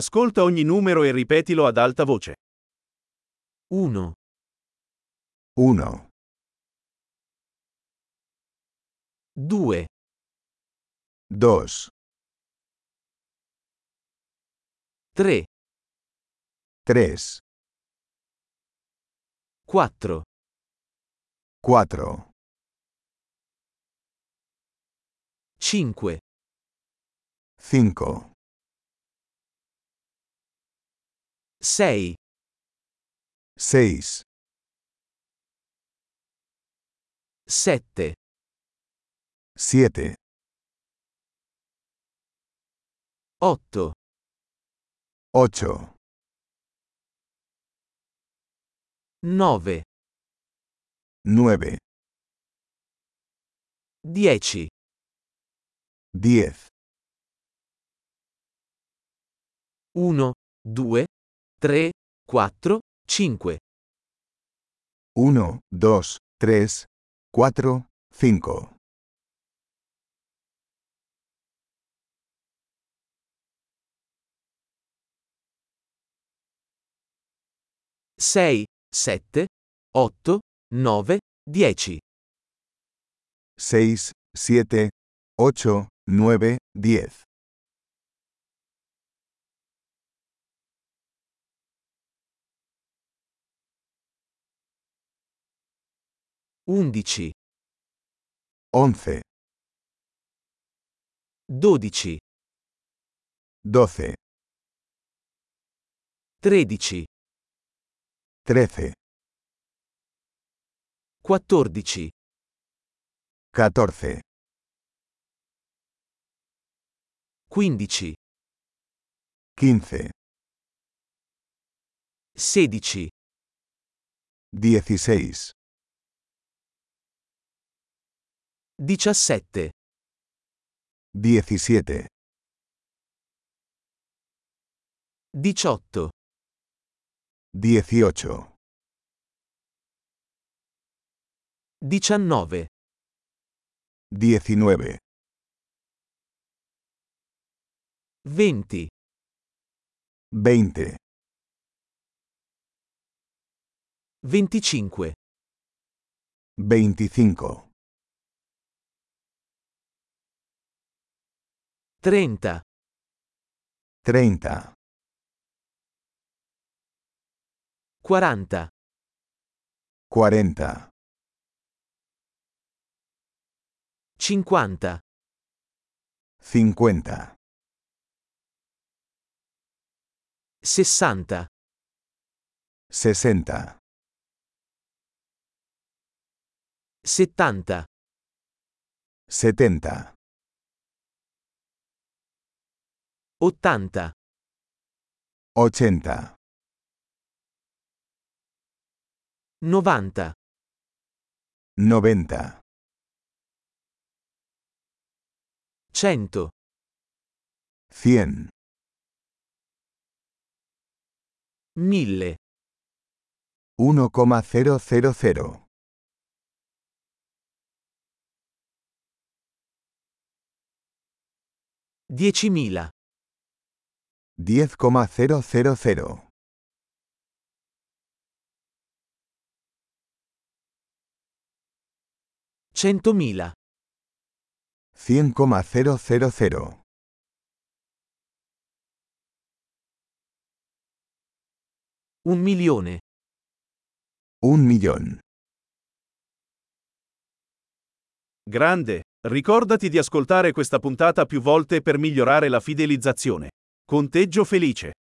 Ascolta ogni numero e ripetilo ad alta voce. 1, 1, 2, 2, 3, 3, 4, 4, 5, 5, 6, 6, 7, 7, 8, 8, 9, 9, 10, 10, 1, 2, 3, 4, 5, 1, 2, 3, 4, 5, 6, 7, 8, 9, 10, 6, 7, 8, 9, 10, 11, 11, 12, 12, 13, 13, 14, 14, 15, 15, 16, 16, 17, 17, 18, 18, 19, 19, 20, 20, 25, 25, 30, 30, 40, 40, 50, 50, 60, 60, 70, 70, 80, 80, 90, 90, 100, 100, 1000, 1,000, 10.000, 10,000, 100.000, 100,000, 1 milione, 1 millón. Grande, ricordati di ascoltare questa puntata più volte per migliorare la fidelizzazione. Conteggio felice.